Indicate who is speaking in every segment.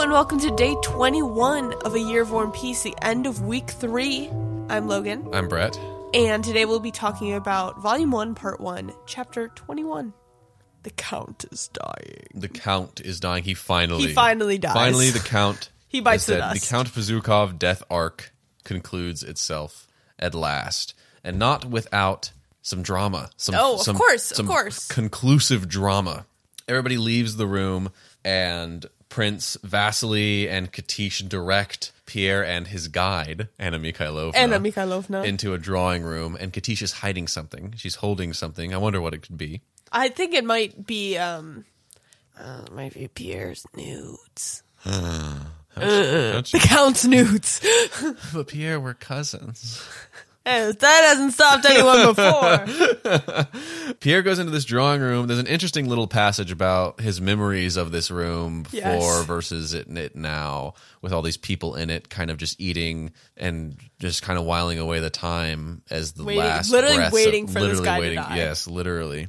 Speaker 1: and welcome to day 21 of A Year of War and Peace, the end of week three. I'm Logan,
Speaker 2: I'm Brett.
Speaker 1: and today we'll be talking about Volume 1, Part 1, Chapter 21. The Count is dying.
Speaker 2: The Count is dying. He finally
Speaker 1: He finally dies.
Speaker 2: Finally, the Count.
Speaker 1: He bites
Speaker 2: is
Speaker 1: the
Speaker 2: dead.
Speaker 1: dust.
Speaker 2: The Count Bezukov death arc concludes itself at last, and not without some drama. Some,
Speaker 1: Oh, of
Speaker 2: some-
Speaker 1: course, of
Speaker 2: some
Speaker 1: course.
Speaker 2: Conclusive drama. Everybody leaves the room, and Prince Vasily and Katish direct Pierre and his guide Anna Mikhailovna
Speaker 1: Anna Mikhailovna.
Speaker 2: into a drawing room, and Katish is hiding something. She's holding something. I wonder what it could be.
Speaker 1: I think it might be, um, uh, it might be Pierre's nudes.
Speaker 2: Ah,
Speaker 1: Uh,
Speaker 2: Don't you-
Speaker 1: The Count's nudes.
Speaker 2: But Pierre, we're cousins.
Speaker 1: Eh, that hasn't stopped anyone before.
Speaker 2: Pierre goes into this drawing room. There's an interesting little passage about his memories of this room before
Speaker 1: Yes.
Speaker 2: versus it, it now, with all these people in it, kind of just eating and just kind of whiling away the time as the
Speaker 1: Waiting-
Speaker 2: last,
Speaker 1: literally
Speaker 2: breaths of-
Speaker 1: waiting for this
Speaker 2: literally
Speaker 1: guy to die.
Speaker 2: Yes, literally.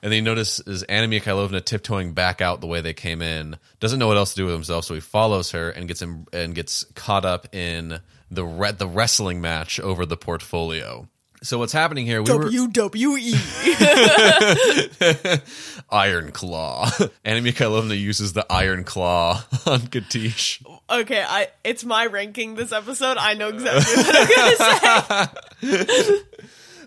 Speaker 2: And then you notice is Anna Mikhailovna tiptoeing back out the way they came in. Doesn't know what else to do with himself, so he follows her and gets him and gets caught up in the re- the wrestling match over the portfolio. So what's happening here? We were,
Speaker 1: WWE.
Speaker 2: Iron Claw. Anna Mikhailovna uses the Iron Claw on Katish.
Speaker 1: Okay, I it's my ranking this episode. I know exactly what I'm gonna say.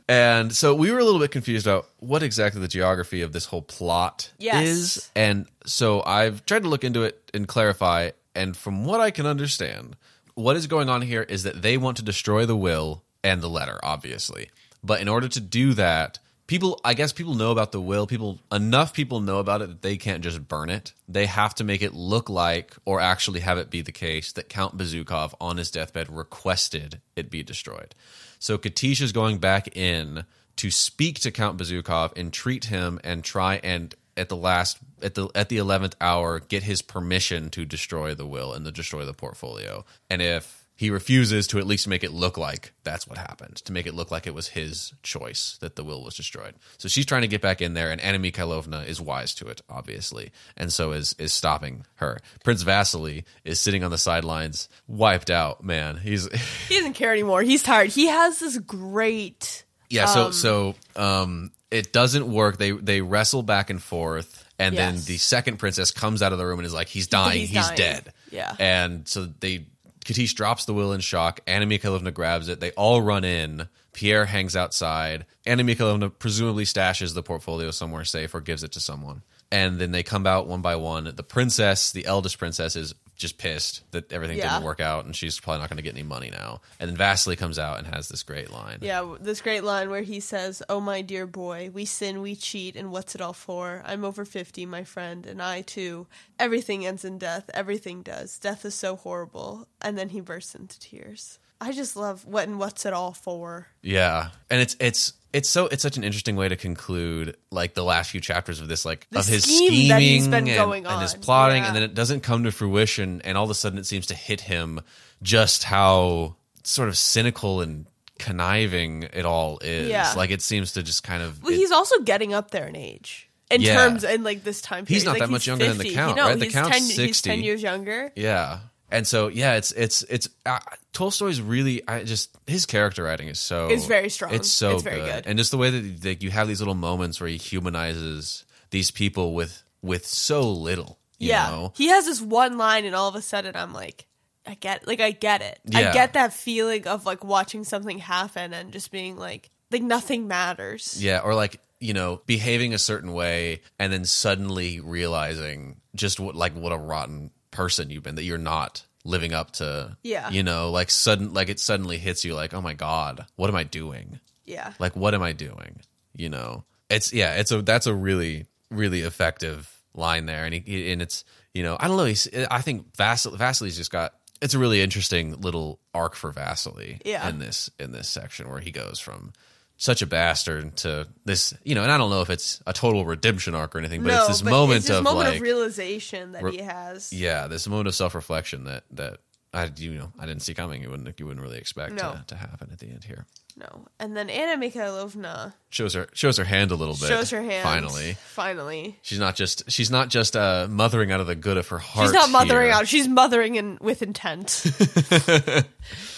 Speaker 2: And so we were a little bit confused about what exactly the geography of this whole plot
Speaker 1: Yes.
Speaker 2: is. And so I've tried to look into it and clarify. And from what I can understand, what is going on here is that they want to destroy the will and the letter, obviously. But in order to do that, people, I guess people know about the will. People, enough people know about it that they can't just burn it. They have to make it look like, or actually have it be the case, that Count Bezukov on his deathbed requested it be destroyed. So Katish is going back in to speak to Count Bezukov and treat him and try and at the last at the at the eleventh hour get his permission to destroy the will and to destroy the portfolio. And if he refuses to at least make it look like that's what happened, to make it look like it was his choice that the will was destroyed. So she's trying to get back in there, and Anna Mikhailovna is wise to it, obviously, and so is is stopping her. Prince Vasily is sitting on the sidelines, wiped out, man. He's
Speaker 1: He doesn't care anymore. He's tired. He has this great
Speaker 2: Yeah, so so um it doesn't work. They they wrestle back and forth and then
Speaker 1: Yes.
Speaker 2: the second princess comes out of the room and is like he's dying,
Speaker 1: he's
Speaker 2: he's,
Speaker 1: dying.
Speaker 2: dead.
Speaker 1: Yeah.
Speaker 2: And so they Katish drops the will in shock. Anna Mikhailovna grabs it. They all run in. Pierre hangs outside. Anna Mikhailovna presumably stashes the portfolio somewhere safe or gives it to someone. And then they come out one by one. The princess, the eldest princess, is just pissed that everything
Speaker 1: Yeah.
Speaker 2: didn't work out and she's probably not going to get any money now. And then Vasily comes out and has this great line.
Speaker 1: yeah, this great line where he says, "Oh my dear boy, we sin, we cheat, and what's it all for? I'm over 50, my friend, and I too. Everything ends in death. Everything does. Death is so horrible." And then he bursts into tears. I just love what and what's it all for?
Speaker 2: Yeah, and it's it's it's so it's such an interesting way to conclude like the last few chapters of this like
Speaker 1: The
Speaker 2: of his
Speaker 1: scheme
Speaker 2: scheming
Speaker 1: that he's been
Speaker 2: and,
Speaker 1: going
Speaker 2: and his
Speaker 1: on.
Speaker 2: plotting,
Speaker 1: Yeah.
Speaker 2: and then it doesn't come to fruition, and all of a sudden it seems to hit him just how sort of cynical and conniving it all is.
Speaker 1: Yeah.
Speaker 2: Like it seems to just kind of
Speaker 1: Well,
Speaker 2: it-
Speaker 1: he's also getting up there in age. In
Speaker 2: Yeah.
Speaker 1: terms in like this time period,
Speaker 2: He's not
Speaker 1: Like,
Speaker 2: that much younger than the
Speaker 1: 50.
Speaker 2: Count,
Speaker 1: no,
Speaker 2: right? The
Speaker 1: he's
Speaker 2: Count's
Speaker 1: 10, He's
Speaker 2: 60.
Speaker 1: ten years younger.
Speaker 2: yeah. And so yeah, it's it's it's uh, Tolstoy's really I just his character writing is so
Speaker 1: It's very strong.
Speaker 2: It's so
Speaker 1: It's very good.
Speaker 2: and just the way that like you have these little moments where he humanizes these people with with so little. You
Speaker 1: yeah,
Speaker 2: know?
Speaker 1: he has this one line, and all of a sudden, I'm like, I get, like, I get it. I
Speaker 2: Yeah.
Speaker 1: get that feeling of like watching something happen and just being like, like nothing matters.
Speaker 2: Yeah, or like you know behaving a certain way and then suddenly realizing just what like what a rotten person you've been that you're not living up to.
Speaker 1: Yeah.
Speaker 2: you know, like sudden like it suddenly hits you like oh my god, what am I doing?
Speaker 1: Yeah.
Speaker 2: like what am i doing you know it's yeah it's a that's a really really effective line there and he, and it's you know i don't know he's, i think Vasil, vasily's just got it's a really interesting little arc for vasily
Speaker 1: Yeah.
Speaker 2: in this in this section where he goes from such a bastard to this you know and i don't know if it's a total redemption arc or anything but
Speaker 1: no,
Speaker 2: it's this moment
Speaker 1: this
Speaker 2: of
Speaker 1: moment
Speaker 2: like
Speaker 1: of realization that he has.
Speaker 2: yeah this moment of self-reflection that that I you know I didn't see coming. You wouldn't you wouldn't really expect
Speaker 1: No.
Speaker 2: to, to happen at the end here.
Speaker 1: No. And then Anna Mikhailovna
Speaker 2: Shows her shows her hand a little bit.
Speaker 1: shows her hand.
Speaker 2: Finally,
Speaker 1: Finally.
Speaker 2: she's not just she's not just uh, mothering out of the good of her heart.
Speaker 1: She's not mothering
Speaker 2: here.
Speaker 1: out. She's mothering in, with intent.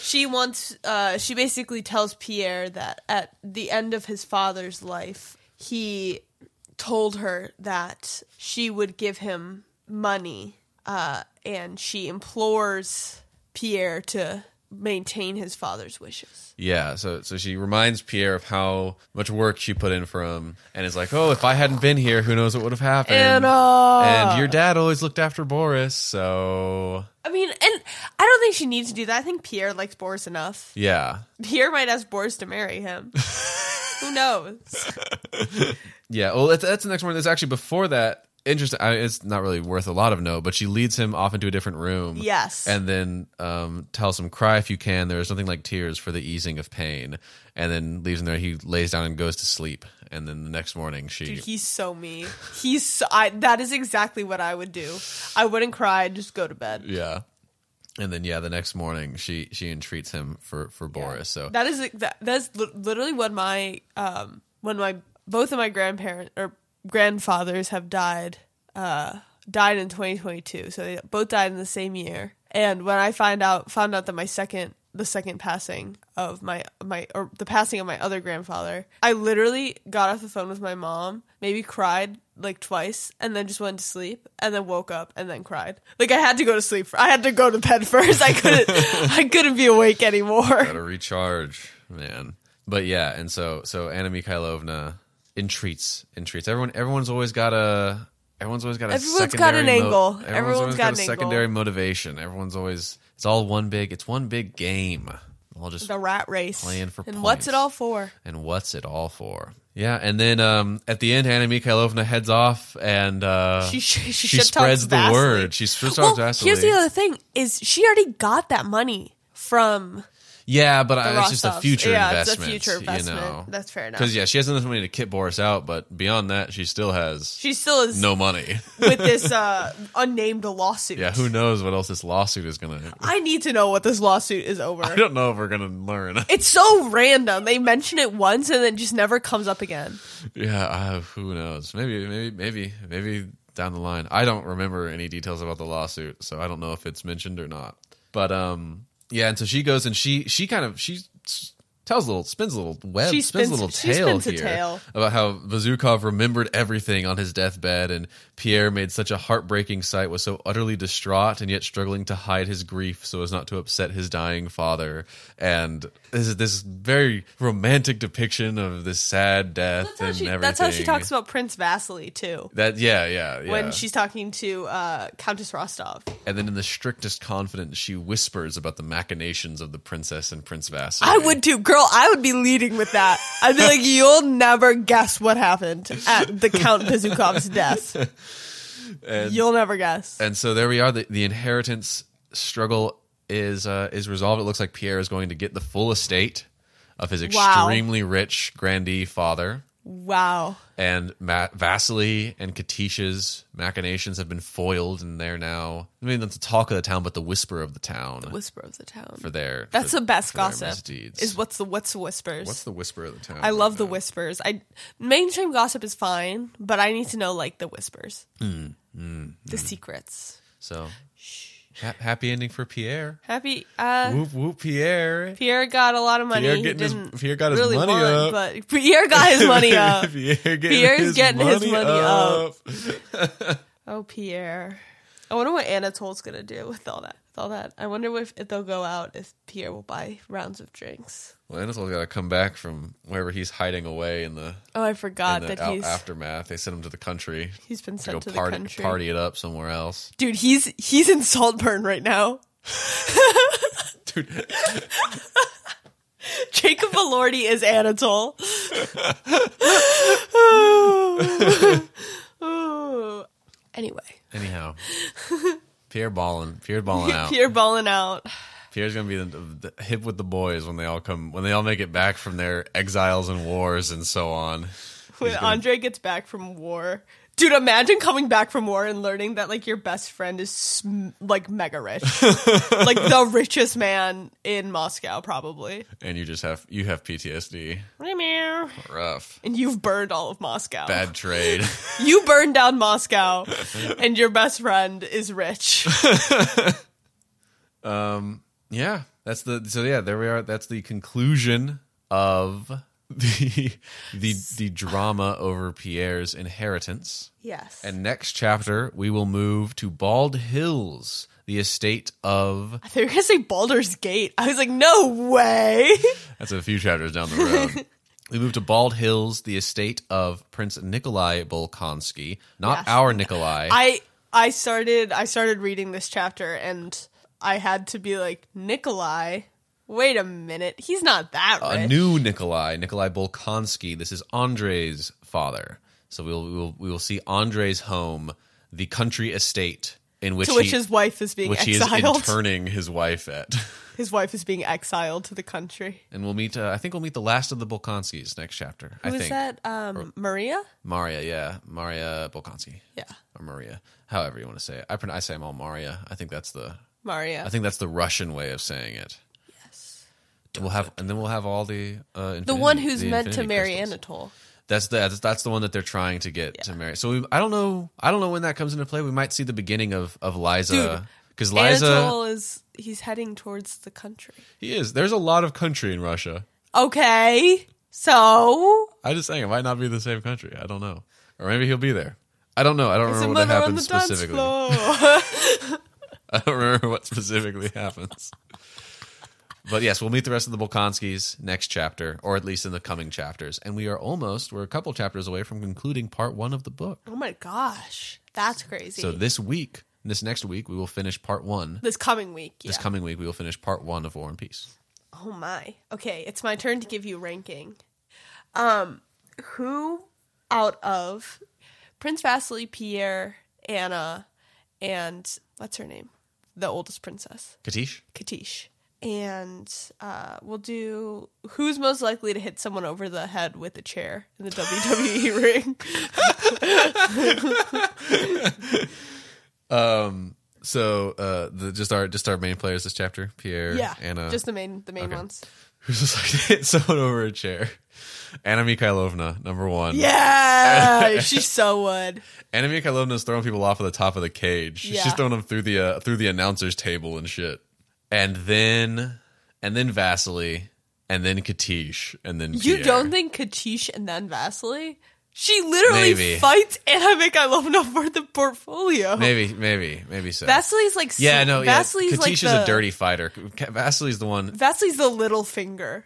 Speaker 1: she wants. Uh, she basically tells Pierre that at the end of his father's life, he told her that she would give him money, uh, and she implores Pierre to maintain his father's wishes.
Speaker 2: Yeah, so so she reminds Pierre of how much work she put in for him, and is like, "Oh, if I hadn't been here, who knows what would have happened."
Speaker 1: Anna!
Speaker 2: and your dad always looked after Boris, so
Speaker 1: I mean, and I don't think she needs to do that. I think Pierre likes Boris enough.
Speaker 2: yeah,
Speaker 1: Pierre might ask Boris to marry him. Who knows?
Speaker 2: yeah. Well, that's, that's the next one. That's actually before that. Interesting. I, it's not really worth a lot of note, but she leads him off into a different room.
Speaker 1: Yes.
Speaker 2: and then um, tells him, "Cry if you can. There is nothing like tears for the easing of pain." And then leaves him there. He lays down and goes to sleep. And then the next morning, she
Speaker 1: Dude, he's so me. He's so, I, that is exactly what I would do. I wouldn't cry. I'd just go to bed.
Speaker 2: Yeah. And then yeah, the next morning she she entreats him for for Boris. So
Speaker 1: That is that, that's li- literally when my um when my both of my grandparents or grandfathers have died uh died in 2022. So they both died in the same year. And when I find out found out that my second the second passing of my my or the passing of my other grandfather, I literally got off the phone with my mom, maybe cried like twice and then just went to sleep and then woke up and then cried. Like I had to go to sleep. I had to go to bed first. I couldn't I couldn't be awake anymore.
Speaker 2: gotta recharge, man. But yeah, and so so Anna Mikhailovna entreats entreats everyone. Everyone's always got a everyone's always got a
Speaker 1: Everyone's got
Speaker 2: secondary
Speaker 1: an
Speaker 2: mo-
Speaker 1: angle.
Speaker 2: everyone's
Speaker 1: Everyone's
Speaker 2: always
Speaker 1: got
Speaker 2: got, a
Speaker 1: an
Speaker 2: secondary motivation. Everyone's always it's all one big it's one big game. All just
Speaker 1: the rat race.
Speaker 2: Playing for
Speaker 1: and what's
Speaker 2: points.
Speaker 1: it all for?
Speaker 2: and what's it all for? Yeah, and then um, at the end, Anna Mikhailovna heads off and uh,
Speaker 1: She she, she,
Speaker 2: she
Speaker 1: shit talks
Speaker 2: spreads the
Speaker 1: vastly.
Speaker 2: word. She spreads
Speaker 1: Well,
Speaker 2: talks vastly.
Speaker 1: here's the other thing: is she already got that money from
Speaker 2: Yeah, but I,
Speaker 1: the
Speaker 2: Uh, it's just a
Speaker 1: Rostovs.
Speaker 2: future
Speaker 1: yeah,
Speaker 2: investment.
Speaker 1: It's a future investment.
Speaker 2: You know?
Speaker 1: That's fair enough.
Speaker 2: Because yeah, she has enough money to kit Boris out, but beyond that, she still has
Speaker 1: she still is
Speaker 2: no money.
Speaker 1: with this uh, unnamed lawsuit.
Speaker 2: yeah, who knows what else this lawsuit is gonna?
Speaker 1: I need to know what this lawsuit is over.
Speaker 2: I don't know if we're gonna learn.
Speaker 1: It's so random. They mention it once and then just never comes up again.
Speaker 2: yeah, uh, who knows? Maybe, maybe, maybe, maybe down the line. I don't remember any details about the lawsuit, so I don't know if it's mentioned or not. But um, yeah, and so she goes and she she kind of she s- tells a little spins a little web
Speaker 1: She spins-
Speaker 2: spins, a little
Speaker 1: she
Speaker 2: tale
Speaker 1: spins a
Speaker 2: here
Speaker 1: tale.
Speaker 2: about how Vazukov remembered everything on his deathbed, and Pierre made such a heartbreaking sight, was so utterly distraught, and yet struggling to hide his grief so as not to upset his dying father. And this is this very romantic depiction of this sad death
Speaker 1: That's how
Speaker 2: and
Speaker 1: she.
Speaker 2: everything.
Speaker 1: That's how she talks about Prince Vasily too.
Speaker 2: That yeah, yeah, yeah.
Speaker 1: When she's talking to uh, Countess Rostov.
Speaker 2: and then in the strictest confidence, she whispers about the machinations of the princess and Prince Vasily.
Speaker 1: I would too, girl. I would be leading with that. I'd be like, "You'll never guess what happened at the Count Bezukov's death. You'll never guess."
Speaker 2: and so there we are. The, the inheritance struggle is uh, is resolved. It looks like Pierre is going to get the full estate of his
Speaker 1: Wow.
Speaker 2: extremely rich grandee father.
Speaker 1: wow.
Speaker 2: And Ma- Vasily and Katisha's machinations have been foiled, and they're now. I mean, that's the talk of the town, but the whisper of the town
Speaker 1: Whisper of the town.
Speaker 2: for their.
Speaker 1: That's
Speaker 2: for-
Speaker 1: the best
Speaker 2: for their
Speaker 1: gossip.
Speaker 2: misdeeds.
Speaker 1: Is what's the what's the whispers?
Speaker 2: What's the whisper of the town?
Speaker 1: I love the
Speaker 2: whisper.
Speaker 1: whispers. I mainstream gossip is fine, but I need to know like the whispers,
Speaker 2: Hmm,
Speaker 1: the secrets.
Speaker 2: So, ha- happy ending for Pierre.
Speaker 1: Happy. Uh,
Speaker 2: Whoop whoop, Pierre.
Speaker 1: Pierre got a lot of money.
Speaker 2: Pierre
Speaker 1: he
Speaker 2: getting his-
Speaker 1: didn't
Speaker 2: Pierre got his
Speaker 1: really
Speaker 2: money
Speaker 1: want,
Speaker 2: up.
Speaker 1: but Pierre got his money up.
Speaker 2: Pierre getting
Speaker 1: Pierre's getting his money up.
Speaker 2: up.
Speaker 1: Oh, Pierre. I wonder what Anatole's gonna do with all that. With all that, I wonder if, if they'll go out if Pierre will buy rounds of drinks.
Speaker 2: Well, Anatole's got to come back from wherever he's hiding away in the,
Speaker 1: Oh, I
Speaker 2: in
Speaker 1: forgot
Speaker 2: the
Speaker 1: that
Speaker 2: uh, out-
Speaker 1: he's
Speaker 2: aftermath. They sent him to the country
Speaker 1: he's been
Speaker 2: to go
Speaker 1: sent to, the
Speaker 2: party,
Speaker 1: country.
Speaker 2: party it up somewhere else.
Speaker 1: Dude, he's he's in Saltburn right now.
Speaker 2: Dude,
Speaker 1: Jacob Elordi is Anatole. anyway,
Speaker 2: anyhow, Pierre balling, Pierre balling out.
Speaker 1: Pierre balling out.
Speaker 2: Pierre's gonna be the, the hip with the boys when they all come when they all make it back from their exiles and wars and so on.
Speaker 1: When
Speaker 2: gonna-
Speaker 1: Andre gets back from war, Dude, imagine coming back from war and learning that like your best friend is sm- like mega rich, like the richest man in Moscow, probably.
Speaker 2: and you just have you have PTSD.
Speaker 1: And
Speaker 2: Rough.
Speaker 1: you've burned all of Moscow.
Speaker 2: Bad trade.
Speaker 1: You burned down Moscow, and your best friend is rich.
Speaker 2: yeah. That's the so yeah, there we are. That's the conclusion of the the the drama over Pierre's inheritance.
Speaker 1: Yes.
Speaker 2: And next chapter we will move to Bald Hills, the estate of
Speaker 1: I thought you were gonna say Baldur's Gate. I was like, no way.
Speaker 2: That's a few chapters down the road. we move to Bald Hills, the estate of Prince Nikolai Bolkonsky, not
Speaker 1: Yes.
Speaker 2: our Nikolai.
Speaker 1: I I started I started reading this chapter and I had to be like Nikolai. Wait a minute, he's not that rich.
Speaker 2: a new Nikolai, Nikolai Bolkonsky. This is Andre's father. So we'll, we'll we will see Andre's home, the country estate in which
Speaker 1: to which
Speaker 2: he,
Speaker 1: his wife is being
Speaker 2: which he is
Speaker 1: exiled.
Speaker 2: interning his wife at.
Speaker 1: his wife is being exiled to the country.
Speaker 2: And we'll meet. Uh, I think we'll meet the last of the Bolkonskys next chapter. I
Speaker 1: Who
Speaker 2: think
Speaker 1: is that? Um, Maria.
Speaker 2: Maria, yeah, Maria Bolkonsky,
Speaker 1: Yeah,
Speaker 2: or Maria, however you want to say it. I pron- I say them all Maria. I think that's the
Speaker 1: Maria.
Speaker 2: I think that's the Russian way of saying it. Yes. We'll have, and then we'll have all the uh,
Speaker 1: the
Speaker 2: infinity-
Speaker 1: one who's
Speaker 2: the
Speaker 1: meant to
Speaker 2: infinity
Speaker 1: marry
Speaker 2: crystals.
Speaker 1: Anatole.
Speaker 2: That's the that's, that's the one that they're trying to get to marry. So we, I don't know. I don't know when that comes into play. We might see the beginning of of Liza because Liza
Speaker 1: Anatole is he's heading towards the country.
Speaker 2: he is. There's a lot of country in Russia.
Speaker 1: Okay, so
Speaker 2: I just saying it might not be the same country. I don't know, or maybe he'll be there. I don't know. I don't
Speaker 1: it's a
Speaker 2: remember what
Speaker 1: murder on the
Speaker 2: happens
Speaker 1: dance
Speaker 2: specifically.
Speaker 1: floor.
Speaker 2: I don't remember what specifically happens. But yes, we'll meet the rest of the Bolkonskis next chapter, or at least in the coming chapters. And we are almost, we're a couple chapters away from concluding part one of the book.
Speaker 1: oh my gosh, that's crazy.
Speaker 2: So this week, this next week, we will finish part one.
Speaker 1: this coming week, yeah.
Speaker 2: This coming week, we will finish part one of War and Peace.
Speaker 1: Oh my. Okay, it's my turn to give you ranking. Um, who out of Prince Vasily, Pierre, Anna, and what's her name? The oldest princess,
Speaker 2: Katish?
Speaker 1: Katish. And uh, we'll do who's most likely to hit someone over the head with a chair in the WWE ring.
Speaker 2: So uh, the, just our just our main players this chapter, Pierre,
Speaker 1: Yeah,
Speaker 2: Anna,
Speaker 1: just the main the main
Speaker 2: okay.
Speaker 1: ones.
Speaker 2: who's just like hit someone over a chair. Anna Mikhailovna, number one.
Speaker 1: Yeah, she so would.
Speaker 2: Anna Mikhailovna's throwing people off of the top of the cage.
Speaker 1: Yeah.
Speaker 2: She's throwing them through the uh, through the announcer's table and shit. And then and then Vasily and then Katish and then
Speaker 1: You
Speaker 2: Pierre.
Speaker 1: don't think Katish and then Vasily? She literally
Speaker 2: Maybe.
Speaker 1: fights Anna Mikhailovna for the portfolio.
Speaker 2: maybe maybe maybe so.
Speaker 1: Vasily's like
Speaker 2: yeah, no, yeah.
Speaker 1: Vasily's
Speaker 2: Katish
Speaker 1: like
Speaker 2: is
Speaker 1: the,
Speaker 2: a dirty fighter. K- Vasily's the one.
Speaker 1: Vasily's the little finger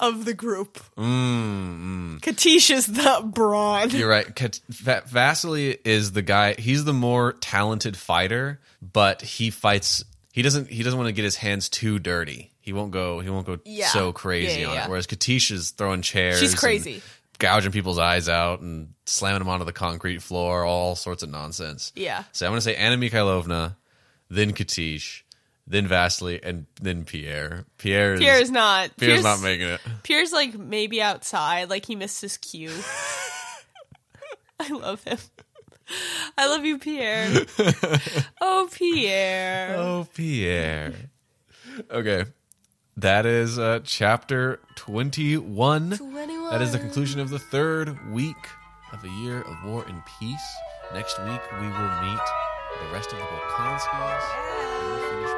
Speaker 1: of the group.
Speaker 2: Mm, mm.
Speaker 1: Katish is the brawn.
Speaker 2: You're right. Kat- Va- Vasily is the guy. He's the more talented fighter, but he fights. He doesn't. He doesn't want to get his hands too dirty. He won't go. He won't go
Speaker 1: Yeah.
Speaker 2: so crazy
Speaker 1: Yeah, yeah,
Speaker 2: on
Speaker 1: yeah.
Speaker 2: it. Whereas Katish is throwing chairs.
Speaker 1: She's
Speaker 2: and-
Speaker 1: crazy.
Speaker 2: gouging people's eyes out and slamming them onto the concrete floor, all sorts of nonsense.
Speaker 1: Yeah.
Speaker 2: So I'm going to say Anna Mikhailovna, then Katish, then Vasily, and then Pierre. Pierre is,
Speaker 1: Pierre's not.
Speaker 2: Pierre's not making it.
Speaker 1: Pierre's like maybe outside, like he missed his cue. I love him. I love you, Pierre. oh, Pierre.
Speaker 2: Oh, Pierre. Okay. That is uh, chapter 21.
Speaker 1: 21.
Speaker 2: That is the conclusion of the third week of a year of war and peace. Next week, we will meet the rest of the Balkanskis. and we'll finish